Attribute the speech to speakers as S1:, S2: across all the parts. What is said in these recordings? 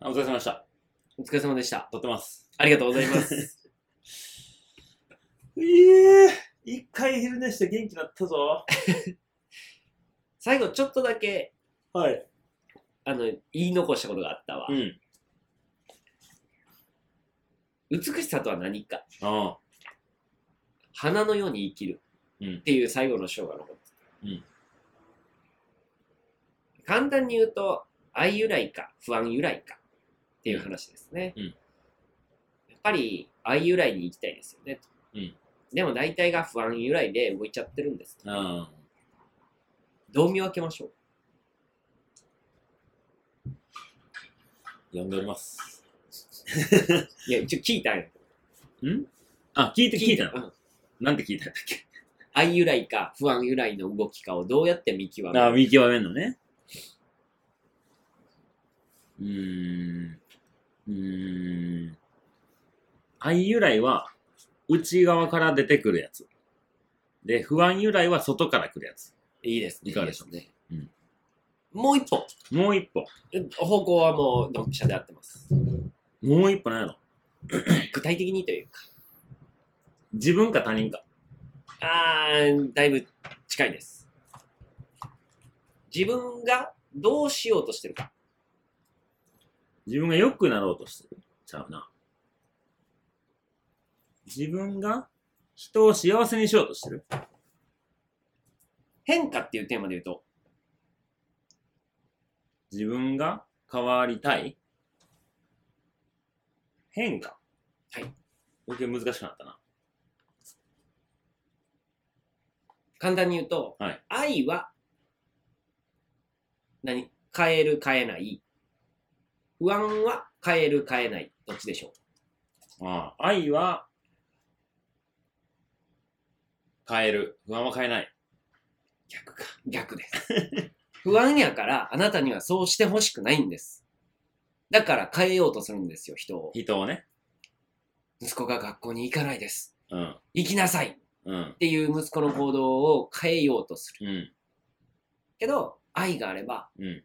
S1: あお疲れ様でした。
S2: お疲れ様でした。
S1: 撮ってます。
S2: ありがとうございます。
S1: ええ一回昼寝して元気になったぞ。
S2: 最後、ちょっとだけ、
S1: はい。
S2: あの、言い残したことがあったわ。
S1: うん。
S2: 美しさとは何か。
S1: ああ。
S2: 花のように生きる。
S1: うん
S2: っていう最後の章が残ってた。
S1: うん
S2: 簡単に言うと、愛由来か、不安由来か。っていう話ですね。
S1: うん
S2: やっぱり、愛由来に行きたいですよね。と
S1: うん
S2: でも大体が不安由来で動いちゃってるんです。
S1: ああ。
S2: どう見分けましょう
S1: 呼んでおります。
S2: いや、ちょ、聞いたんよ。
S1: あ、聞いて聞いた
S2: う
S1: の
S2: ん
S1: なんて聞いたんだっけ
S2: 愛由来か不安由来の動きかをどうやって見極め
S1: ああ、
S2: る
S1: 見極めんのね。うーん。うーん。愛由来は内側から出てくるやつ。で、不安由来は外から来るやつ。
S2: いいですね。
S1: いかがでしょう
S2: いいすね。もう一本。
S1: もう一歩。
S2: 方向はもうドンピシャで合ってます。
S1: もう一歩なんやろ。
S2: 具体的にというか。
S1: 自分か他人か。
S2: あー、だいぶ近いです。自分がどうしようとしてるか。
S1: 自分が良くなろうとしてるちゃうな。自分が人を幸せにしようとしてる
S2: 変化っていうテーマで言うと、
S1: 自分が変わりたい変化
S2: はい。
S1: 余計難しくなったな。
S2: 簡単に言うと、
S1: はい
S2: 愛は、何変える、変えない。不安は変える、変えない。どっちでしょう
S1: ああ愛は変える。不安は変えない。
S2: 逆か。逆です。不安やから、あなたにはそうしてほしくないんです。だから変えようとするんですよ、人を。
S1: 人をね。
S2: 息子が学校に行かないです。
S1: うん。
S2: 行きなさいっ
S1: うん。
S2: ていう息子の行動を変えようとする。
S1: うん。
S2: けど、愛があれば、
S1: うん。
S2: い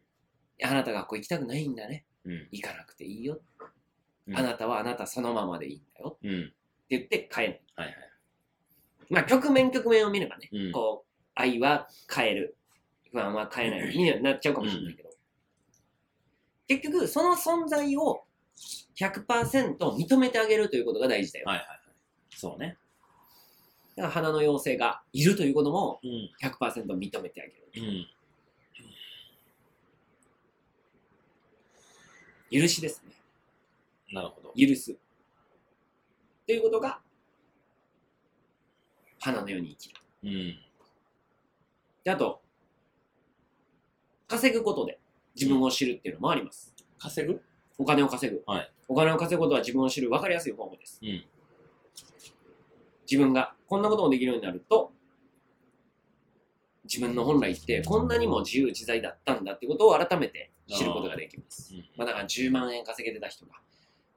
S2: やあなた学校行きたくないんだね。
S1: うん。
S2: 行かなくていいよ。
S1: うん
S2: あなたはあなたそのままでいいんだよ。
S1: うん。
S2: って言って変えない。
S1: はいはい。
S2: まあ、局面局面を見ればね、
S1: うん
S2: こう、愛は変える。不安は変えない。になっちゃうかもしれないけど。結局、その存在を100%認めてあげるということが大事だよ。
S1: はいはいはい。そうね。
S2: だから花の妖精がいるということも
S1: うん。
S2: 100%認めてあげる。
S1: うん。
S2: 許しですね。
S1: なるほど。
S2: 許す。ということが、花のように生きる。
S1: うん。
S2: であと、稼ぐことで自分を知るっていうのもあります。
S1: 稼ぐ
S2: お金を稼ぐ、
S1: はい
S2: お金を稼ぐことは自分を知る分かりやすい方法です
S1: うん。
S2: 自分がこんなこともできるようになると自分の本来ってこんなにも自由自在だったんだってことを改めて知ることができます
S1: うん
S2: まあ、だから10万円稼げてた人が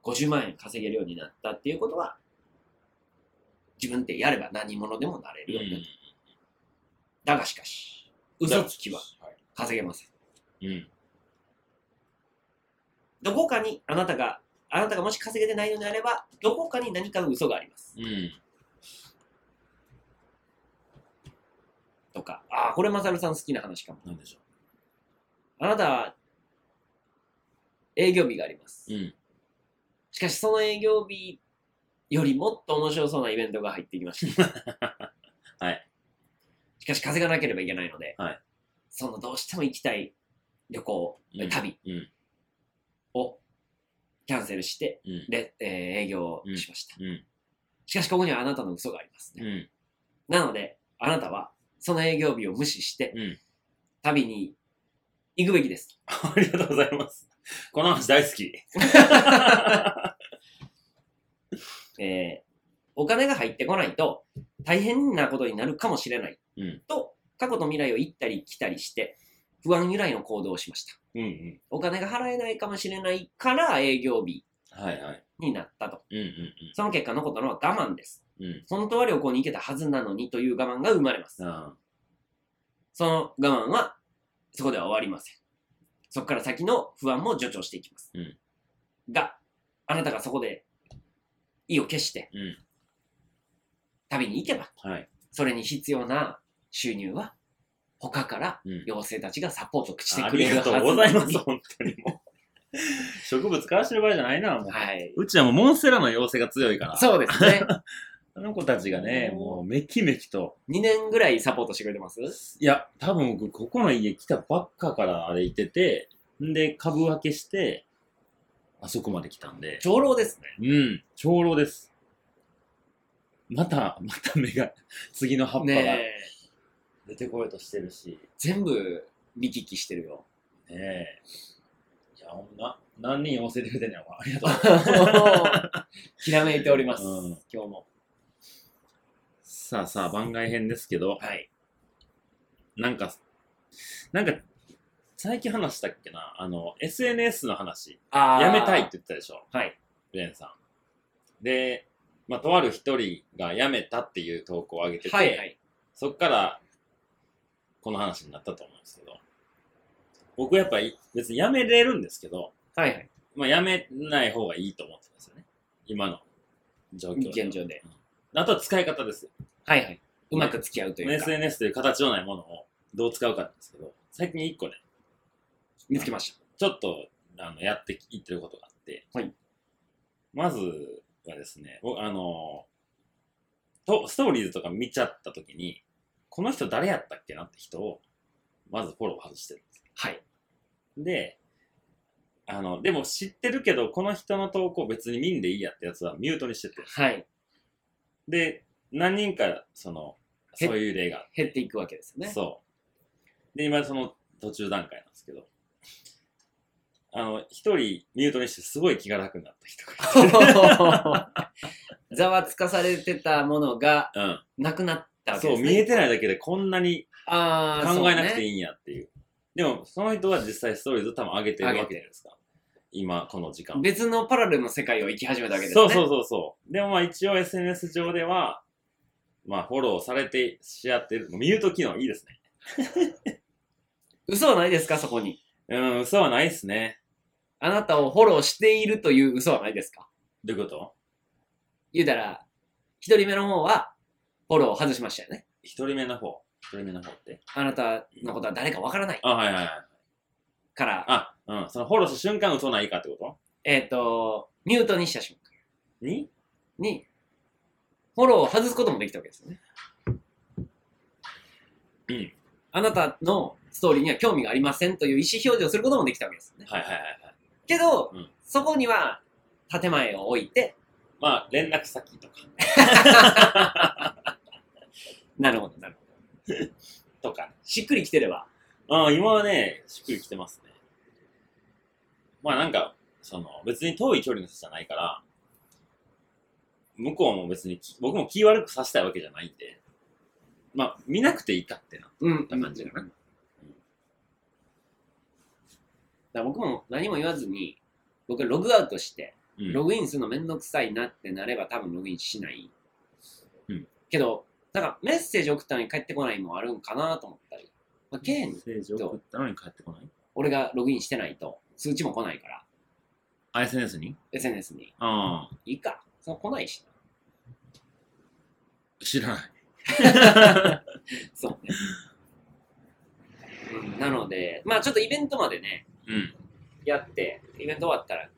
S2: 50万円稼げるようになったっていうことは自分ってやれば何者でもなれるよね、だがしかし嘘つきは。稼げません
S1: うん。
S2: どこかにあなたがあなたがもし稼げてないのであればどこかに何かの嘘があります
S1: うん。
S2: とか、ああ、これマサルさん好きな話かも。
S1: なんでしょ
S2: あなた、営業日があります。
S1: う。うん。
S2: しかし、その営業日よりもっと面白そうなイベントが入ってきました。
S1: はい。
S2: しかし、稼がなければいけないので、
S1: はい
S2: そのどうしても行きたい旅行、
S1: うん
S2: 旅
S1: うん。
S2: をキャンセルして、
S1: うん。
S2: でえー営業をしました。
S1: うん。
S2: しかし、ここにはあなたの嘘がありますね。
S1: うん。
S2: なので、あなたは、その営業日を無視して、
S1: うん
S2: 旅に行くべきです。
S1: ありがとうございます。この話大好 き。
S2: えーお金が入ってこないと大変なことになるかもしれない、
S1: うん
S2: と過去と未来を行ったり来たりして不安由来の行動をしました
S1: うんうん。
S2: お金が払えないかもしれないから営業日
S1: はいはい。
S2: になったと
S1: うん
S2: その結果残ったのは我慢です
S1: うんうん。
S2: 本当は旅行に行けたはずなのにという我慢が生まれます
S1: うん。あ
S2: その我慢はそこでは終わりませんそこから先の不安も助長していきます、
S1: うん
S2: が、あなたがそこで意を決して
S1: うん、
S2: 旅に行けば、
S1: はい。
S2: それに必要な収入は、他から
S1: うん
S2: 妖精たちがサポートして
S1: あ
S2: く
S1: り
S2: れる
S1: が
S2: はず
S1: とう
S2: なの
S1: ござ
S2: に
S1: います、本当にも う。植物買わしてる場合じゃないな、もう。
S2: はい。
S1: うちはもうモンステラの妖精が強いから。
S2: そうで すね。
S1: あの子たちがね、
S2: おー
S1: もうめきめきと。
S2: 2年ぐらいサポートしてくれてます
S1: いや、多分僕、ここの家来たばっかからあれ行ってて、んで、株分けして、あそこまで来たんで。
S2: 長老ですね。
S1: うん、長老です。また、また目が、次の葉っぱ
S2: ね
S1: が
S2: え。
S1: 出てこようとしてるし。
S2: 全部見聞きしてる よ。
S1: ねえ。いや、ほんな、何人寄せてくれてんねやろ。ありがとう。
S2: ひらめいております。
S1: うん
S2: 今日も。
S1: さあさあ、番外編ですけど、
S2: はい。
S1: なんか、なんか、最近話したっけな、あの、SNS の話、
S2: あー
S1: やめたいって。言ったでしょ、
S2: はい。
S1: レンさん。で、まあ、とある一人がやめたっていう投稿を上げてて、
S2: はいはい。
S1: そっから、この話になったと思うんですけど、僕やっぱり別にやめれるんですけど、
S2: はいはい。
S1: まあ、やめない方がいいと思ってますよね。今の状況では
S2: 現状で。
S1: あとは使い方ですよ。
S2: はいはい。うまく付き合うというか、
S1: SNS という形のないものをどう使うかなんですけど、最近一個ね、
S2: 見つけまし
S1: ちょっとあのやっていってることがあって、
S2: はい
S1: まずはですね、僕、あのと、ストーリーズとか見ちゃったときに、この人誰やったっけなって人を、まずフォロー外してるんです。
S2: た。はい。
S1: で、あの、でも知ってるけど、この人の投稿別に見んでいいやってやつはミュートにしてて、
S2: はい。
S1: で、何人か、その、
S2: へ
S1: そういう例があって
S2: 減っていくわけですよね。
S1: そう。で、今その途中段階なんですけど、あの、一人ミュートにしてすごい気が楽になった人がいて。
S2: ざわつかされてたものが
S1: うん。
S2: なくなったわけ
S1: そ
S2: で
S1: う、
S2: すね。
S1: 見えてないだけでこんなに
S2: ああ、
S1: 考えなくて
S2: いい。
S1: いいんやっていう。でも、その人は実際ストーリーズ多分上げてるわ
S2: 上
S1: けじ
S2: げて
S1: ゃないですか。今、この時間。
S2: 別のパラレルの世界を生き始めたわけですね。
S1: そうそうそうそう。でもまあ一応 SNS 上では、まあフォローされてし合ってる。ミュート機能いいですね。
S2: 嘘はないですか、そこに。
S1: うん、嘘はないっすね。
S2: あなたをフォローしているという嘘はないですか。
S1: どういうこと
S2: 言うたら、一人目の方は、フォローを外しましたよね。
S1: 一人目の方。一人目の方って。
S2: あなたのことは誰かわからない
S1: あ、はいはいはい。
S2: から、
S1: あ、うん。そのフォローした瞬間嘘ないかってこ
S2: えっ、と、ミュートにした瞬間
S1: とに
S2: に、フォローを外すこともできたわけですよね。
S1: うん。
S2: あなたのストーリーには興味がありませんという意思表示をすることもできたわけですよね。
S1: はいはいはいはい。
S2: けど、
S1: うん
S2: そこには、建前を置いて、
S1: まあ、連絡先とか、
S2: なるほど、なるほど。
S1: とか。
S2: しっくりきてれば、
S1: うん、今はね、しっくりきてますね。まあなんか、その、別に遠い距離の人じゃないから、向こうも別にき、僕も気悪くさせたいわけじゃないんで、まあ、見なくていいかってな。
S2: うん、
S1: な感じかな
S2: だから僕も何も言わずに、僕はログアウトして、
S1: うん
S2: ログインするのめんどくさいなってなれば多分ログインしない。
S1: うん
S2: けど、なんかメッセージ送ったのに返ってこないもあるんかなと思ったり、まあ、現に
S1: メッセージ送ったのに帰ってこない
S2: 俺がログインしてないと通知も来ないから、
S1: あ ?SNS に
S2: SNS に。
S1: ああ、
S2: いいか、その来ないし
S1: 知らない。
S2: な。そうね。うんなので、まあちょっとイベントまでね、
S1: うん。
S2: やって、イベント終わったら、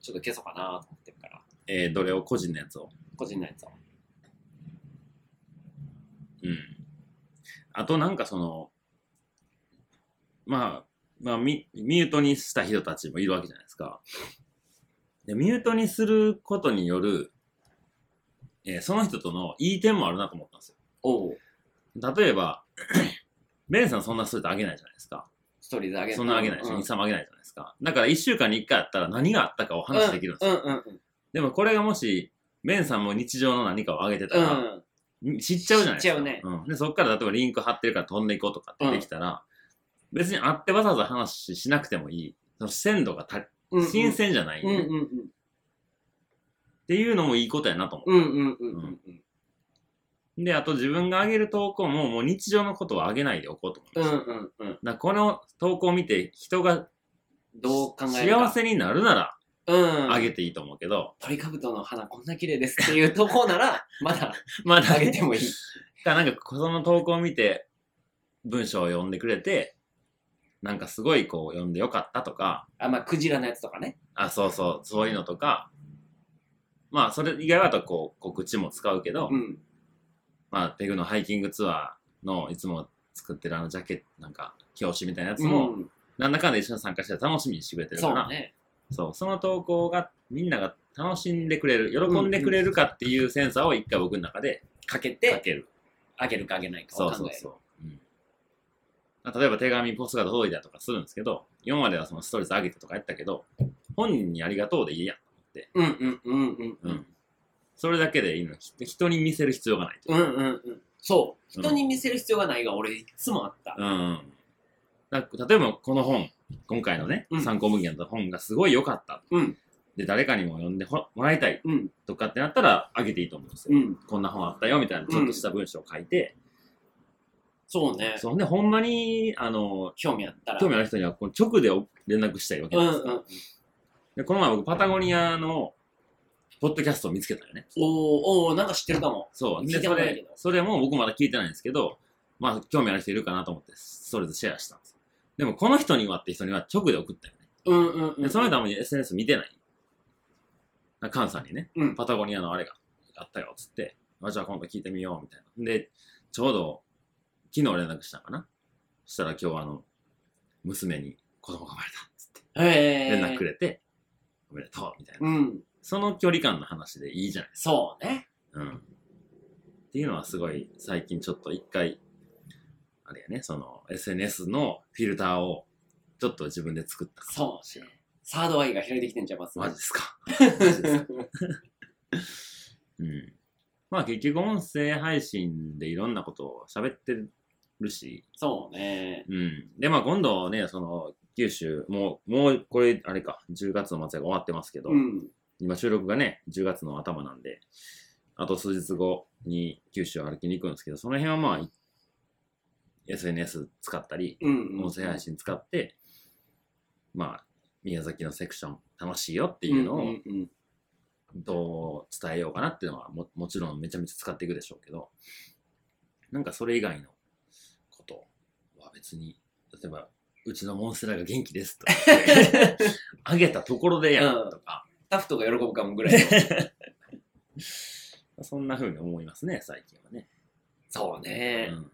S2: ちょっと消そうかなと思ってるから、
S1: えー、どれを個人のやつを。
S2: 個人のやつを。
S1: うん。あとなんかその、まあ、まあミ、ミュートにした人たちもいるわけじゃないですか。でミュートにすることによる、えーその人とのいい点もあるなと思ったんです
S2: おう
S1: よ。例えば、 ベンさんそんなストーリーズあげないじゃないですか。
S2: ストーリーズあげ
S1: そんなあげないし、
S2: う
S1: イ
S2: ん
S1: ンスタもあげないじゃないですか。だから1週間に1回あったら何があったかを話できるんですよ。
S2: うんうんうん。
S1: でもこれがもし、ベンさんも日常の何かをあげてた
S2: う
S1: ら、
S2: ん。
S1: 知っちゃうじゃないですか。
S2: 知っちゃうね
S1: ん、でそっから例えばリンク貼ってるから飛んでいこうとかってできたら、別に会ってわざわざ話しなくてもいい。その鮮度がた
S2: うんうん
S1: 新鮮じゃない、
S2: うんうん
S1: っていうのもいいことやなと思う。
S2: うんうんうんうんうんうん。
S1: で、あと自分が上げる投稿ももう日常のことは上げないでおこうと思いま
S2: う
S1: した。
S2: ん
S1: だか
S2: うんうん。
S1: らこの投稿を見て人が
S2: どう考えるか。
S1: 幸せになるなら
S2: うん。
S1: あげていいと思うけど、
S2: 鳥かぶとの花こんな綺麗ですっていうとこなら、 まだ
S1: まだ
S2: あげてもいい。
S1: だからなんかその投稿を見て文章を読んでくれてなんかすごいこう読んでよかったとか
S2: あ、まあ、クジラのやつとかね。
S1: あそうそうそういうのとかまあそれ以外はとこう告知も使うけど、
S2: うん。
S1: まあペグのハイキングツアーのいつも作ってるあのジャケットなんか表紙みたいなやつも、
S2: うん
S1: なんだかんだ一緒に参加して楽しみにしてくれてるか
S2: そう
S1: ら
S2: ね。
S1: そうその投稿がみんなが楽しんでくれる喜んでくれるかっていうセンサーを一回僕の中で
S2: かけ
S1: か
S2: て、
S1: ける。
S2: あげるかあげないか
S1: そ
S2: を
S1: うそ
S2: 考
S1: う
S2: える。
S1: そう。うんまあ例えば手紙、ポストが届いたとかするんですけど、今まではそのストレス上げてとかやったけど、本人にありがとうでいいやん。
S2: うんうんうんうんう。
S1: うんん。それだけでいいの。ひ人に見せる必要がないと。
S2: うんうんうん。そう。
S1: うん
S2: 人に見せる必要がないが俺いつもあった。
S1: うんうん。だ例えばこの本、今回のね
S2: う、ん
S1: 参考文献の本がすごい良かった。
S2: うん
S1: で、誰かにも読んでほもらいたい
S2: うん
S1: とかってなったら、あげていいと思うんですよ。
S2: うん。
S1: こんな本あったよみたいな、ちょっとした文章を書いて、
S2: そうね。
S1: そんで、ほんまに、あの、
S2: 興味あったら。
S1: 興味ある人にはこう直で連絡したいわけ
S2: う
S1: なん
S2: ん
S1: ですよ
S2: うん。
S1: で、この前僕、パタゴニアの、ポッドキャストを見つけたよね。
S2: おーおーなんか知ってるかも。
S1: そう。
S2: 聞
S1: で、
S2: いた
S1: そ
S2: ことないけ
S1: れ
S2: ど、
S1: それも僕まだ聞いてないんですけど、まあ、興味ある人いるかなと思って、それでシェアしたんですよ。でも、この人にはって人には直で送ったよね。
S2: うんうんう
S1: で、
S2: ん。
S1: その人はもう SNS 見てない。あカンさんにね、
S2: うん
S1: パタゴニアのあれがあったよ、つって、あじゃあ今度聞いてみよう、みたいな。で、ちょうど、昨日連絡したのかなそしたら今日あの、娘に子供が生まれた、つって
S2: へー
S1: 連絡くれて、おめでとう、みたいな。
S2: うん。
S1: その距離感の話でいいじゃない
S2: そうね。
S1: うん。っていうのはすごい最近ちょっと一回、あれやね、その SNS のフィルターをちょっと自分で作ったかも
S2: そう
S1: しれない。
S2: サードアイが開いてきてんじゃん、まず。
S1: マジですか。マジですかうん。まあ結局音声配信でいろんなことを喋ってるし、
S2: そうね。
S1: うん。で、まあ今度ね、その九州、もう、もうこれ、あれか、10月の末が終わってますけど、
S2: うん。
S1: 今収録がね、10月の頭なんで、あと数日後に九州を歩きに行くんですけど、その辺はまあ、い SNS 使ったり、
S2: うん。
S1: 音声配信使って、まあ、宮崎のセクション楽しいよっていうの
S2: ん
S1: を
S2: んうん
S1: どう伝えようかなっていうのはも、もちろんめちゃめちゃ使っていくでしょうけど、なんかそれ以外のことは別に、例えば、うちのモンステラが元気ですとか言って、あげたところでやんとか、
S2: スタッフとか喜ぶかもぐらいの。
S1: そんな風に思いますね、最近はね。
S2: そうね。
S1: うん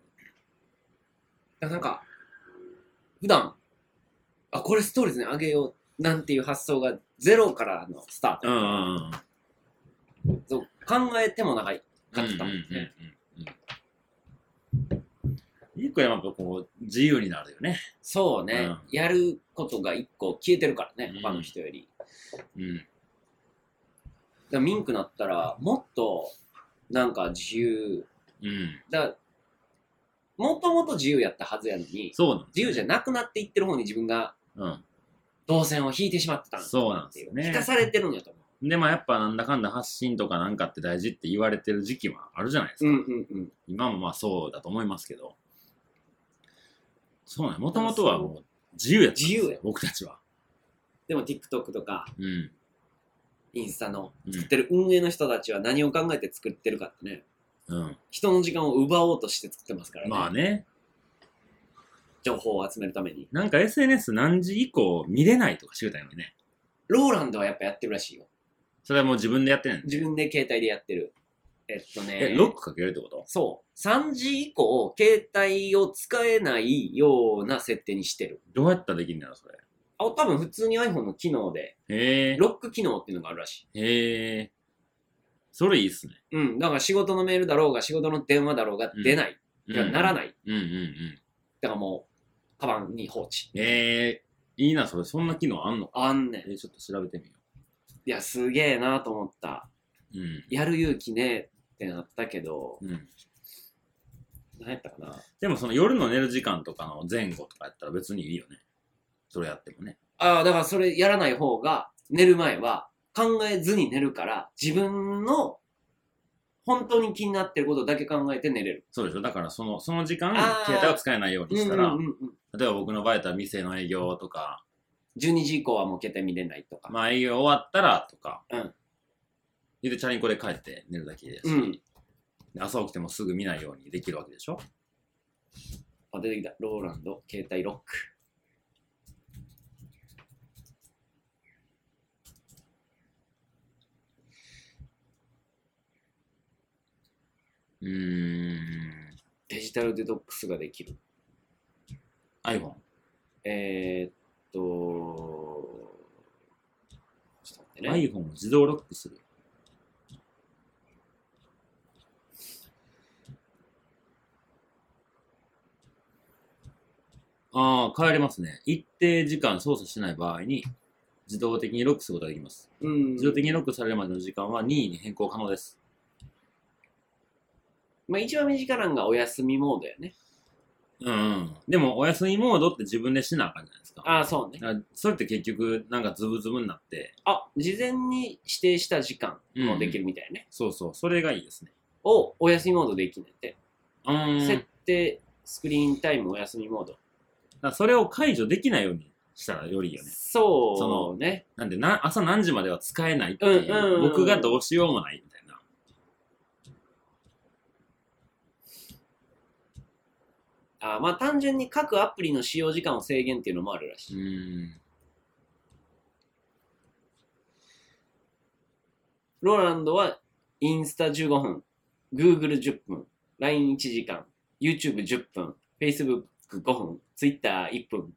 S2: だからなんか、普段、あ、これストーリーズにあげようなんていう発想がゼロからのスター
S1: う
S2: ト。
S1: んうんうん。
S2: そう考えても長いかったもんね。
S1: うんうんうん。一個やっぱこう、自由になるよね。
S2: そうね、
S1: うん
S2: やることが一個消えてるからね
S1: う、ん
S2: 他の人より。
S1: うん。
S2: だからミンクなったら、もっと、なんか自由。
S1: うん。
S2: だからもともと自由やったはずやのに、
S1: そうなんです
S2: 自由じゃなくなっていってる方に自分が
S1: うん。
S2: 動線を引いてしまってたんだ
S1: そうなんですよね
S2: 引かされてるんやと思う。
S1: でもやっぱなんだかんだ発信とかなんかって大事って言われてる時期はあるじゃないですか。
S2: うんうんうん。
S1: 今もまあそうだと思いますけど。そうなんもともとはもう自由やったんですよ
S2: 自由や
S1: 僕たちは。
S2: でも TikTok とか
S1: うん。
S2: インスタの
S1: うん
S2: 作ってる運営の人たちは何を考えて作ってるかってね、
S1: うん。
S2: 人の時間を奪おうとして作ってますからね。
S1: まあね。
S2: 情報を集めるために。
S1: なんか SNS 何時以降見れないとかしてたよね。
S2: ローランドはやっぱやってるらしいよ。
S1: それはもう自分でやってないんで
S2: 自分で携帯でやってる。えっとね。
S1: え、ロックかけるってこと
S2: そう。3時以降、携帯を使えないような設定にしてる。
S1: どうやったらできるんだろう、それ。
S2: あ、多分普通に iPhone の機能で、
S1: へえ。
S2: ロック機能っていうのがあるらしい。
S1: へえ。それいいっすね。
S2: うん。だから仕事のメールだろうが、仕事の電話だろうが出ない。
S1: うん
S2: いやならない。
S1: うんうんうん。
S2: だからもう、カバンに放置。
S1: ええ、いいな、それ。そんな機能あんのか。
S2: あんねん。
S1: えー、ちょっと調べてみよ
S2: いや、すげえなと思った。
S1: う。うん。
S2: やる勇気ねえってなったけど、
S1: うん、
S2: 何やったかな。
S1: でもその夜の寝る時間とかの前後とかやったら別にいいよね。それやってもね。
S2: ああ、だからそれやらない方が、寝る前は考えずに寝るから、自分の本当に気になってることだけ考えて寝れる。
S1: そうでしょだからそのその時間
S2: あー、
S1: 携帯を使えないようにした
S2: う
S1: ら
S2: んう、んうんうん、
S1: 例えば僕の場合だったら店の営業とか、
S2: 12時以降はもう携帯見れないとか。
S1: まあ営業終わったらとか、
S2: うん
S1: ゆでチャリンコで帰って寝るだけです、
S2: うん。
S1: で朝起きてもすぐ見ないようにできるわけでしょ
S2: あ、出てきた。ローランド、携帯ロック。
S1: うーん
S2: デジタルデトックスができる。
S1: iPhone
S2: えー、っと、ちょっと待ってね。
S1: iPhone を自動ロックするああ変えれますね一定時間操作しない場合に自動的にロックすることができます
S2: うん
S1: 自動的にロックされるまでの時間は任意に変更可能です
S2: まあ、一番短いのがお休みモードやね。
S1: うんうんでもお休みモードって自分でしなあかんじゃないですか
S2: ああ、そうね。
S1: だからそれって結局なんかズブズブになって
S2: あ、事前に指定した時間もできるみたいね。
S1: そうそうそれがいいですね
S2: をお休みモードできないって。
S1: うーん
S2: 設定、スクリーンタイムお休みモード。
S1: だからそれを解除できないようにしたらよりいいよね
S2: そうね。
S1: なんでな朝何時までは使えないって
S2: うん
S1: いう,、
S2: うんうんうん
S1: 僕がどうしようもないみたいな
S2: あーまあ単純に各アプリの使用時間を制限っていうのもあるらし
S1: う
S2: い。
S1: ーん
S2: ローランドはインスタ15分、Google10 分、LINE1 時間、YouTube10 分、Facebook5 分、Twitter1 分、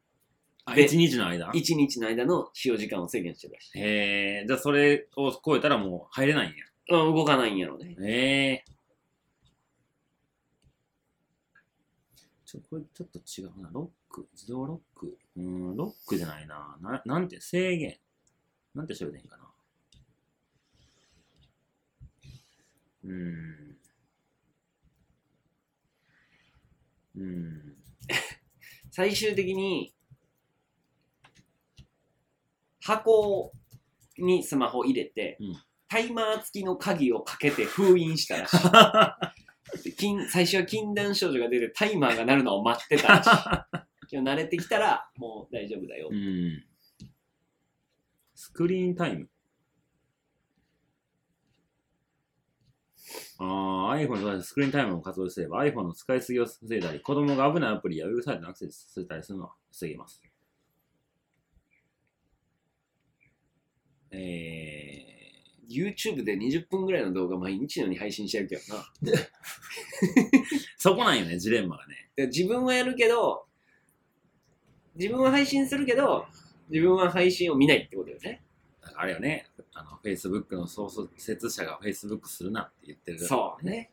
S1: あ
S2: で
S1: 1日の間
S2: 1日の間の使用時間を制限してるらしい。
S1: へえじゃあそれを超えたらもう入れないんや
S2: うん、動かないんやろね。
S1: へえちょこれちょっと違うなロック自動ロックうーんロックじゃないなななんて制限なんて調べていいんかなうーんうーん
S2: 最終的に、箱にスマホ入れて、
S1: うん
S2: タイマー付きの鍵をかけて封印したらし いで禁。最初は禁断症状が出てタイマーが鳴るのを待って たらしい。今日慣れてきたらもう大丈夫だよ。
S1: うんスクリーンタイム。ああ、iPhone とスクリーンタイムを活用すれば iPhone の使いすぎを防いだり、子供が危ないアプリやウェブサイトにアクセスさせたりするのは防げます。え
S2: YouTube で20分ぐらいの動画毎日のように配信してるけどな。
S1: ー、そこなんよね、ジレンマがね。
S2: で自分はやるけど、自分は配信するけど、自分は配信を見ないってことよね。
S1: だからあれよね、あの Facebook の創設者が Facebook するなって言ってる。
S2: そうね。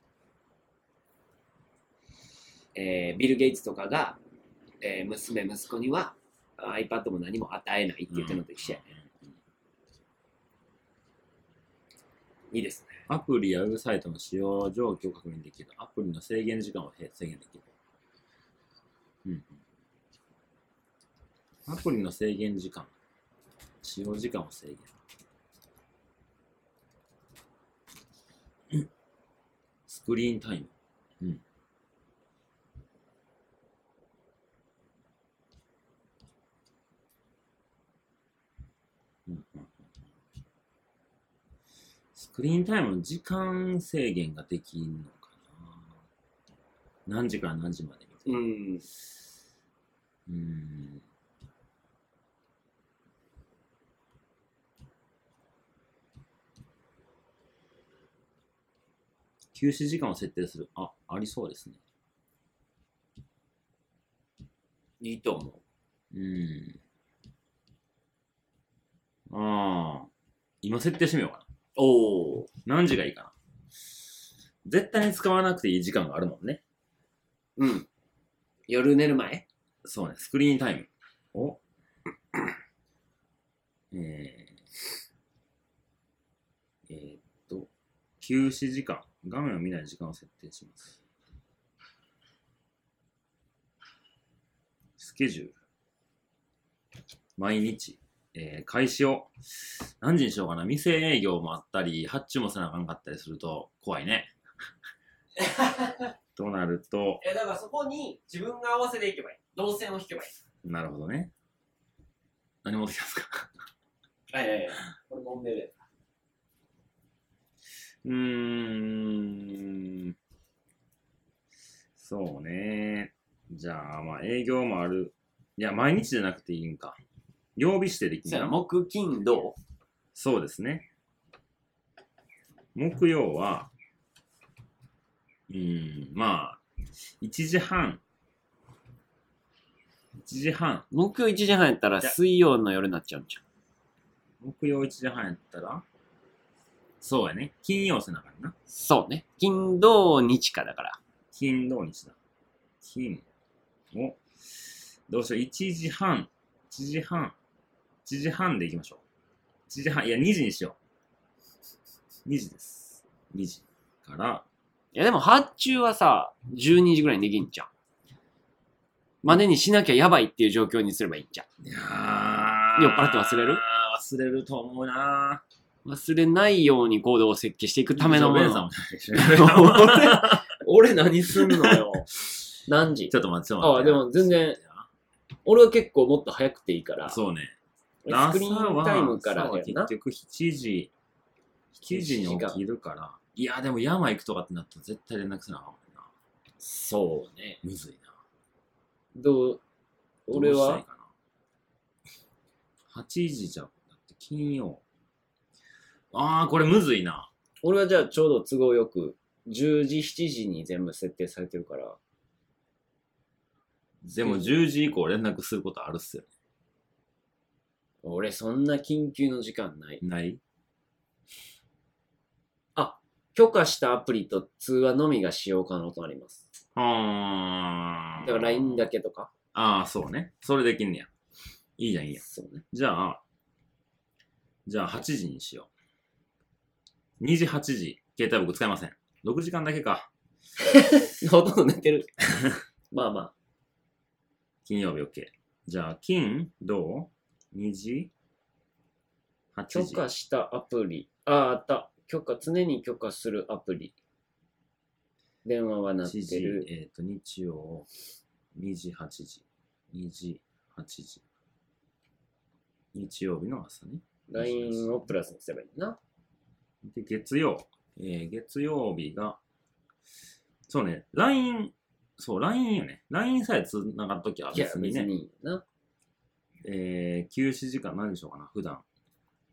S2: えービル・ゲイツとかが、えー娘、息子にはあ iPad も何も与えないって言ってるのと一緒やね。
S1: うん
S2: いいですね。
S1: アプリやウェブサイトの使用状況を確認できる。アプリの制限時間を制限できる。うんうん。アプリの制限時間。使用時間を制限。うんスクリーンタイム。うん。うんうんスクリーンタイムの時間制限ができんのかな何時から何時までみたいな。
S2: うん。
S1: うーん。休止時間を設定する。あ、ありそうですね。
S2: いいと思う。
S1: うん。ああ。今設定してみようか
S2: おお。
S1: な。何時がいいかな。絶対に使わなくていい時間があるもんね。
S2: うん。夜寝る前
S1: そうね、スクリーンタイム。お えー、えーっと、休止時間。画面を見ない時間を設定します。スケジュール。毎日。えー開始を。何時にしようかな。店営業もあったり、発注もせなあかんかったりすると怖いね。となると、
S2: え、だからそこに自分が合わせていけばいい。動線を引けばいい。
S1: なるほどね。何持ってきたんですか
S2: はいはいはい。これ飲んでる
S1: うーん。そうね。じゃあ、まあ営業もある。いや、毎日じゃなくていいんか。曜日指定でき
S2: そ
S1: る
S2: うや
S1: な
S2: な、木、金、土。
S1: そうですね。木曜は、うーん、まあ、1時半。1時半。
S2: 木曜1時半やったら水曜の夜になっちゃうんじゃん。
S1: 木曜1時半やったら、そうやね。金曜せなあかんな。
S2: そうね。金、土、日かだから。
S1: 金土日だ。金を、どうしよう。1時半。1時半。1時半で行きましょう。1時半。いや、2時にしよう。2時です。2時から、
S2: いやでも発注はさ、12時ぐらいにできんじゃん。までにしなきゃやばいっていう状況にすればいいんじゃ
S1: いや
S2: 酔っ払って忘れる。
S1: 忘れると思うなん
S2: 忘れないように行動を設計していくためのも
S1: ベンさん
S2: の。
S1: も ないし ち
S2: 俺何すんのよ。何時
S1: ょっと待って、ちょっと待って。
S2: あでも全然。俺は結構もっと早くていいから。
S1: そうね。
S2: 俺スクリーンタイムから
S1: 朝は
S2: だよな
S1: 結。局7時、7時に起きるから。いや、でも山行くとかってなったら絶対連絡せなあかんもんな。
S2: そうね。
S1: むずいな。
S2: どう、俺
S1: どうしたらいい
S2: は、
S1: かな ?8 時じゃん。だって金曜。あー、これむずいな。
S2: 俺はじゃあちょうど都合よく、10時、7時に全部設定されてるから。
S1: でも10時以降連絡することあるっすよ。
S2: 俺そんな緊急の時間ない。
S1: ない
S2: 許可したアプリと通話のみが使用可能となります。
S1: あ
S2: だ
S1: ー。
S2: から LINE だけとか。
S1: ああ、そうね。それできんねや。いいじゃん、いいや。
S2: そうね。
S1: じゃあ、じゃあ8時にしよう。2時、8時、携帯僕使いません。6時間だけか。
S2: ほとんど寝てる。まあまあ。
S1: 金曜日 OK。じゃあ、金、銅、2時、8
S2: 許
S1: 時。
S2: 可したアプリ。ああ、あった。許可、常に許可するアプリ。電話は鳴っ
S1: 1
S2: て
S1: 時、
S2: る。
S1: えっ、と、日曜、2時、8時、2時、8時。日曜日の朝ね。
S2: LINE をプラスにすればいいな。
S1: で、月曜、えー月曜日が、そうね、LINE、そう、LINE よね。LINE さえつながるときはい
S2: や、
S1: 別に
S2: 別
S1: ね、
S2: にいいな。
S1: えー休止時間何でしょうかな、普段。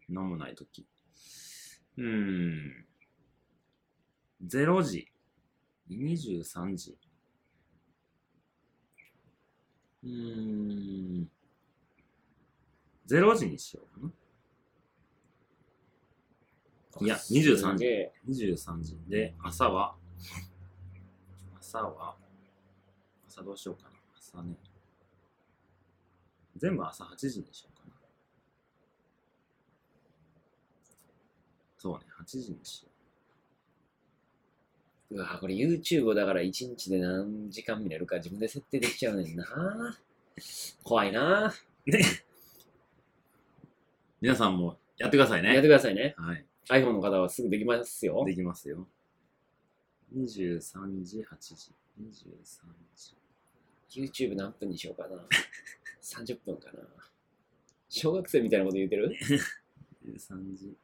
S1: 何もないとき。うーん。0時、23時。うーん。0時にしようかな。いや23時
S2: 時。
S1: 23時で、朝は、朝は、朝どうしようかな。朝ね。全部朝8時にしようかな。そうね、8時にしよ
S2: うわこれ YouTube をだから1日で何時間見れるか自分で設定できちゃうねんな。怖いな。
S1: う。皆さんもやってください
S2: やっ
S1: ね。
S2: てくださいね。
S1: はい。
S2: iPhone の方はすぐできますよ。
S1: できますよ。23時、8時。23時。
S2: YouTube 何分にしようかな ?30 分かな小学生みたいなこと言うてる
S1: 23時。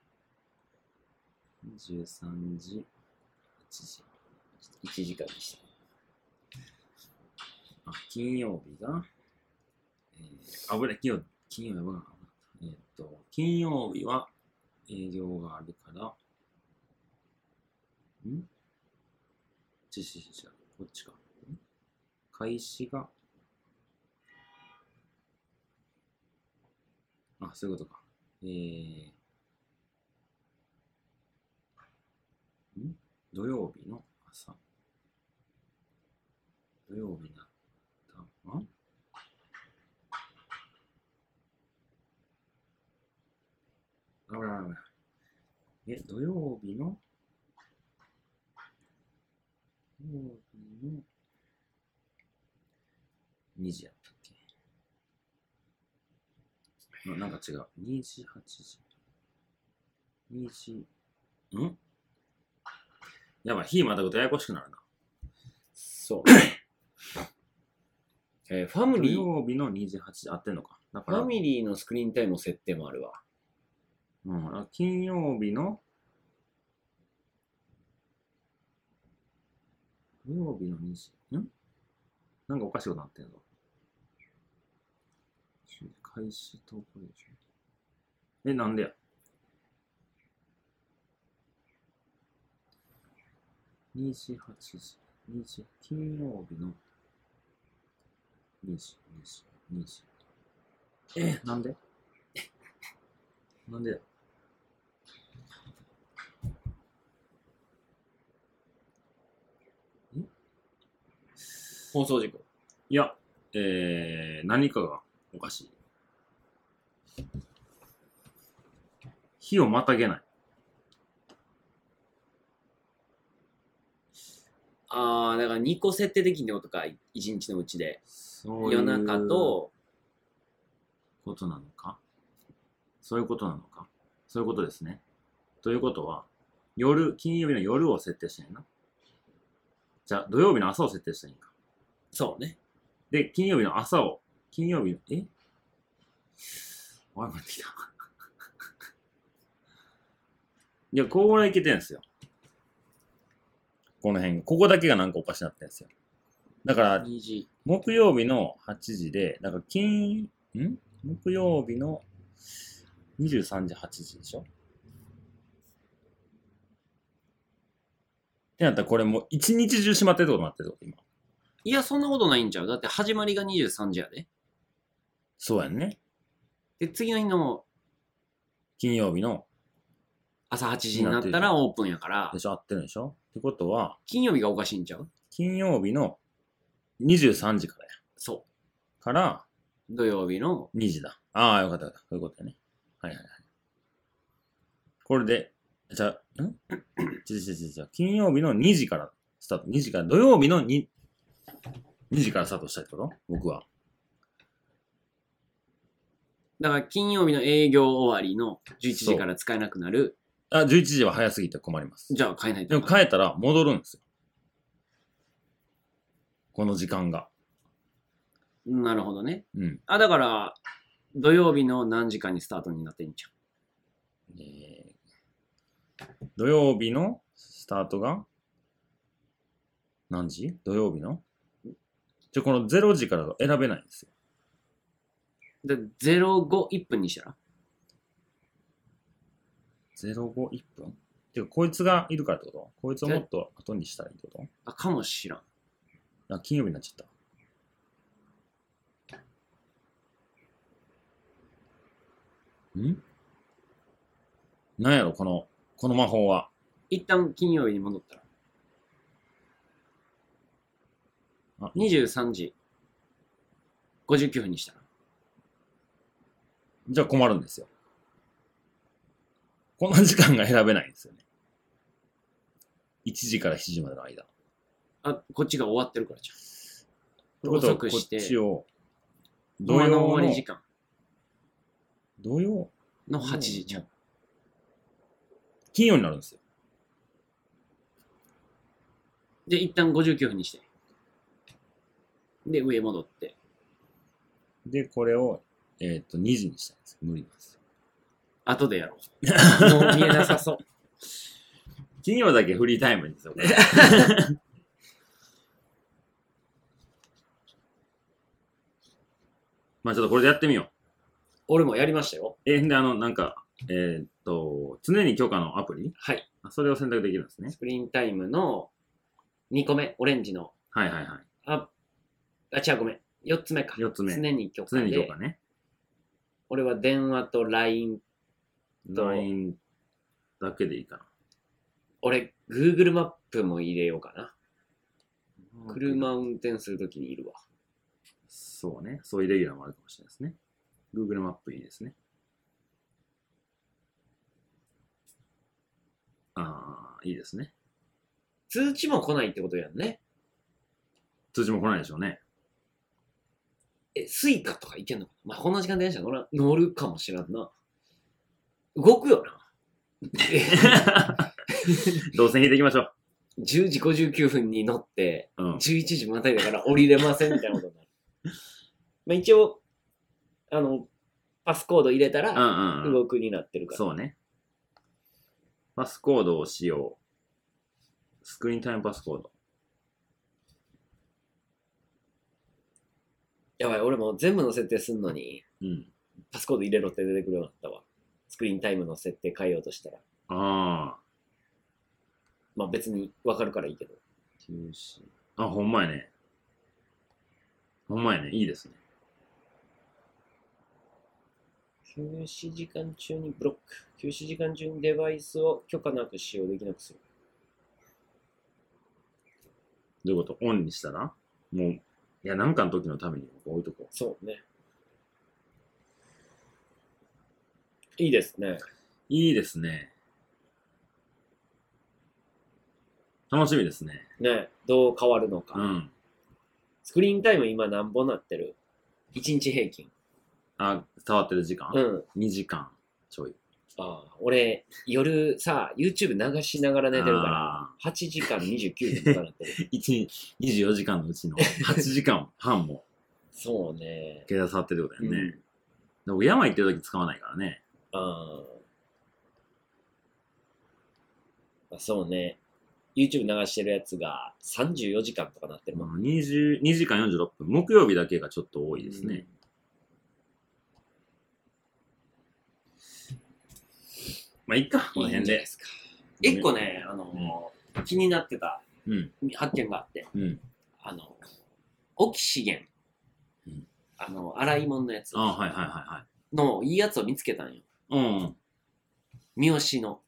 S1: 23時、8時。
S2: ?1 時間にして。
S1: あ、金曜日が、えー、あ、ぶれ、金曜、金曜日はなえーっと、金曜日は営業があるから、んちちちち、こっちか。ん開始が、あ、そういうことか。えー、ん土曜日の朝。土曜日なったのあららら。え、土曜日の土曜日の2時やったっけななんか違う。2時、8時。2時。んやばい、日またぐとややこしくなるな。
S2: そう。えーファム
S1: 土
S2: リー、
S1: 曜日の2時、8時、合ってんのか。だか
S2: ファ
S1: ら、
S2: ミリーのスクリーンタイムの設定もあるわ。
S1: うん、金曜日の、土曜日の2時、んなんかおかしいことなってんぞ。開始投稿でしょ。え、なんでや2時、8時、2時、金曜日の2時、2時、2時。え、なんで なんで
S2: 放送事故。
S1: いや、えー、何かがおかしい。日をまたげない。
S2: ああ、だから2個設定できんってことか、1日のうちで。
S1: そういう
S2: 夜中と、
S1: ことなのかそういうことなのかそういうことですね。ということは、夜、金曜日の夜を設定したいな。じゃあ、土曜日の朝を設定したいんか。
S2: そうね。
S1: で、金曜日の朝を、金曜日の、えわかってきた。 いや、ここらいけてるんですよ。この辺、ここだけがなんかおかしなってるんですよ。だから、
S2: 2時。
S1: 木曜日の8時で、だから金、ん木曜日の23時、8時でしょってなったら、これもう一日中閉まってるってことになってるってこと今。
S2: いや、そんなことないんちゃうだって始まりが23時やで。
S1: そうやんね。
S2: で、次の日の
S1: 金曜日の
S2: 朝8時になったらオープンやから
S1: で、しょ合ってるでしょってことは、
S2: 金曜日がおかしいんちゃう
S1: 金曜日の23時からや。
S2: そ
S1: から
S2: う。土曜日の、
S1: 2時だ。ああ、よかったよかった。そういうことやね。はいはいはい。これで、じゃあ、ん違う違う違う違う。金曜日の2時からスタート。2時から、土曜日の 2, 2時からスタートしたいってこと僕は。
S2: だから金曜日の営業終わりの11時から使えなくなる。
S1: あ、11時は早すぎて困ります。
S2: じゃあ変えない
S1: で
S2: と
S1: も
S2: か。
S1: 変えたら戻るんですよ。この時間が。
S2: なるほどね。
S1: うん。
S2: あ、だから、土曜日の何時間にスタートになってんちゃ
S1: えー土曜日のスタートが何時土曜日のじゃあこの0時から選べないんですよ。
S2: う。で、051分にしたら
S1: 051分てかこいつがいるからってことこいつをもっと後にしたらいいってこ
S2: あ、かもしらん。
S1: とあ、金曜日になっちゃった。んなんやろこの、この魔法は。
S2: 一旦金曜日に戻ったら。
S1: あ
S2: 23時59分にしたら。
S1: じゃあ困るんですよ。この時間が選べないんですよね。1時から7時までの間。
S2: あ、こっちが終わってるからじゃん。
S1: という
S2: 遅
S1: こと
S2: く
S1: はこっ
S2: して、
S1: ちを、土
S2: 今
S1: 曜
S2: の
S1: の
S2: 終わり時間
S1: 土曜
S2: の8時じゃん。
S1: 金曜になるんですよ。
S2: で、一旦59分にして。で、上戻って。
S1: で、これを、えっ、と、2時にしたんですよ。無理なんですよ。
S2: 後でや ろう。もう見えなさそう。
S1: 金曜だけフリータイムですよ、こ れまあちょっとこれでやってみよう。
S2: 俺もやりましたよ。
S1: えーで、あの、なんか、えーっと、常に許可のアプリ
S2: はい。
S1: あそれを選択できるんですね
S2: ス。クリーンタイムの2個目、オレンジの。
S1: はいはいはい。
S2: あ、あ違う、ごめん。4つ目か。
S1: 4つ目。
S2: 常に許可
S1: 常
S2: で。
S1: に許可ね。
S2: 俺は電話と LINE。と
S1: LINE だけでいいか
S2: 俺、Google マップも入れようかな。
S1: な。
S2: 車運転するときにいるわ。
S1: そうね。そういうレギュラーもあるかもしれないですね。Google マップいいですね。ああ、いいですね。
S2: 通知も来ないってことやんね。
S1: 通知も来ないでしょう ね。
S2: え、スイカとかいけんのかなまあ、こんな時間電車乗ら乗るかもしらんな。動くよな。
S1: 動線引いていきましょ
S2: 10時59分に乗って、
S1: う。うん。
S2: 11時またいだから降りれませんみたいなことになる。まあ一応、あの、パスコード入れた
S1: う
S2: ら、
S1: んうん。
S2: 動くになってるから。
S1: そうね。パスコードを使用。スクリーンタイムパスコード。
S2: やばい、俺もう全部の設定すんのに、
S1: うん。
S2: パスコード入れろって出てくるようになったわ。スクリーンタイムの設定変えようとしたら。
S1: ああ。
S2: まあ別にわかるからいいけど。
S1: 休止。あ、ほんまやね。ほんまやね。いいですね。
S2: 休止時間中にブロック。休止時間中にデバイスを許可なく使用できなくする。
S1: どういうことオンにしたらもう、いや、なんかの時のために置いとこ
S2: そうね。いいですね。
S1: う。いいですね。楽しみですね。
S2: ね、どう変わるのか。
S1: うん。
S2: スクリーンタイム今なんぼなってる ?1 日平均。
S1: あ、触ってる時間、
S2: うん。
S1: ?2 時間ちょい。
S2: ああ、俺、夜さ、YouTube 流しながら寝てるから、
S1: あ
S2: 8時間29分とかなってる。
S1: ー。1、24時間のうちの8時間半も
S2: そうね。
S1: 携帯触ってるってことだよね。
S2: うん
S1: でも山行ってる時使わないからね。
S2: ああ。そうね。YouTube 流してるやつが34時間とかなってる
S1: ま
S2: も
S1: あ
S2: ん。
S1: 20 2時間46分。木曜日だけがちょっと多いですね。まあ、いっか、この
S3: いいん
S1: 辺
S3: じゃない
S1: で
S3: で。すか。一個ね、あの、気になってた
S1: うん。
S3: 発見があって、
S1: うん。
S3: あの、オキシゲ
S1: う
S3: ン
S1: ん、
S3: あの、洗い物のやつ
S1: ああ、はいはいは
S3: のいいやつを見つけたんよ。
S1: いはい。うん。
S3: 三好の。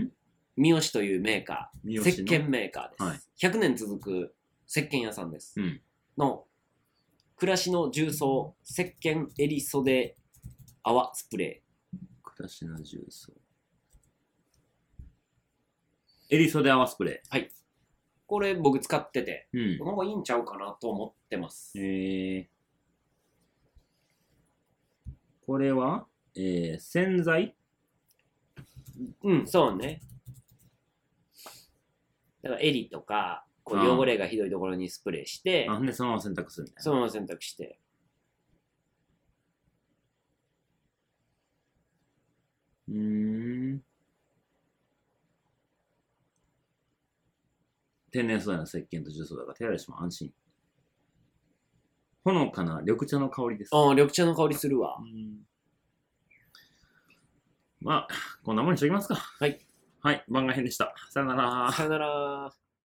S1: ん
S3: 三好というメーカ
S1: 三
S3: ー、
S1: 好の
S3: 石鹸メーカー
S1: は
S3: です。100年続く石鹸屋さんです。
S1: うん。
S3: の暮らしの重曹石鹸襟袖泡スプレ
S1: 暮らしの重曹。エリソで泡スプレ
S3: ーこれ僕使ってて
S1: ー。
S3: この子いいんちゃうかなと思ってます
S1: うん。えー、これは、えー、洗剤
S3: うんそうね
S2: だから襟とか、こう
S1: ああ
S2: 汚れがひどいところにスプレーして
S1: あ、、ほんでそのまま洗濯するみたいな。
S2: そのまま洗濯して。
S1: うーん。天然素材の石鹸と重曹だから手洗いしても安心。ほのかな緑茶の香りです。
S2: ああ、緑茶の香りするわ
S1: う。んまあ、こんなもんにしときますか。
S2: はい。
S1: はい、番外編でした。さよなら。
S2: さよなら。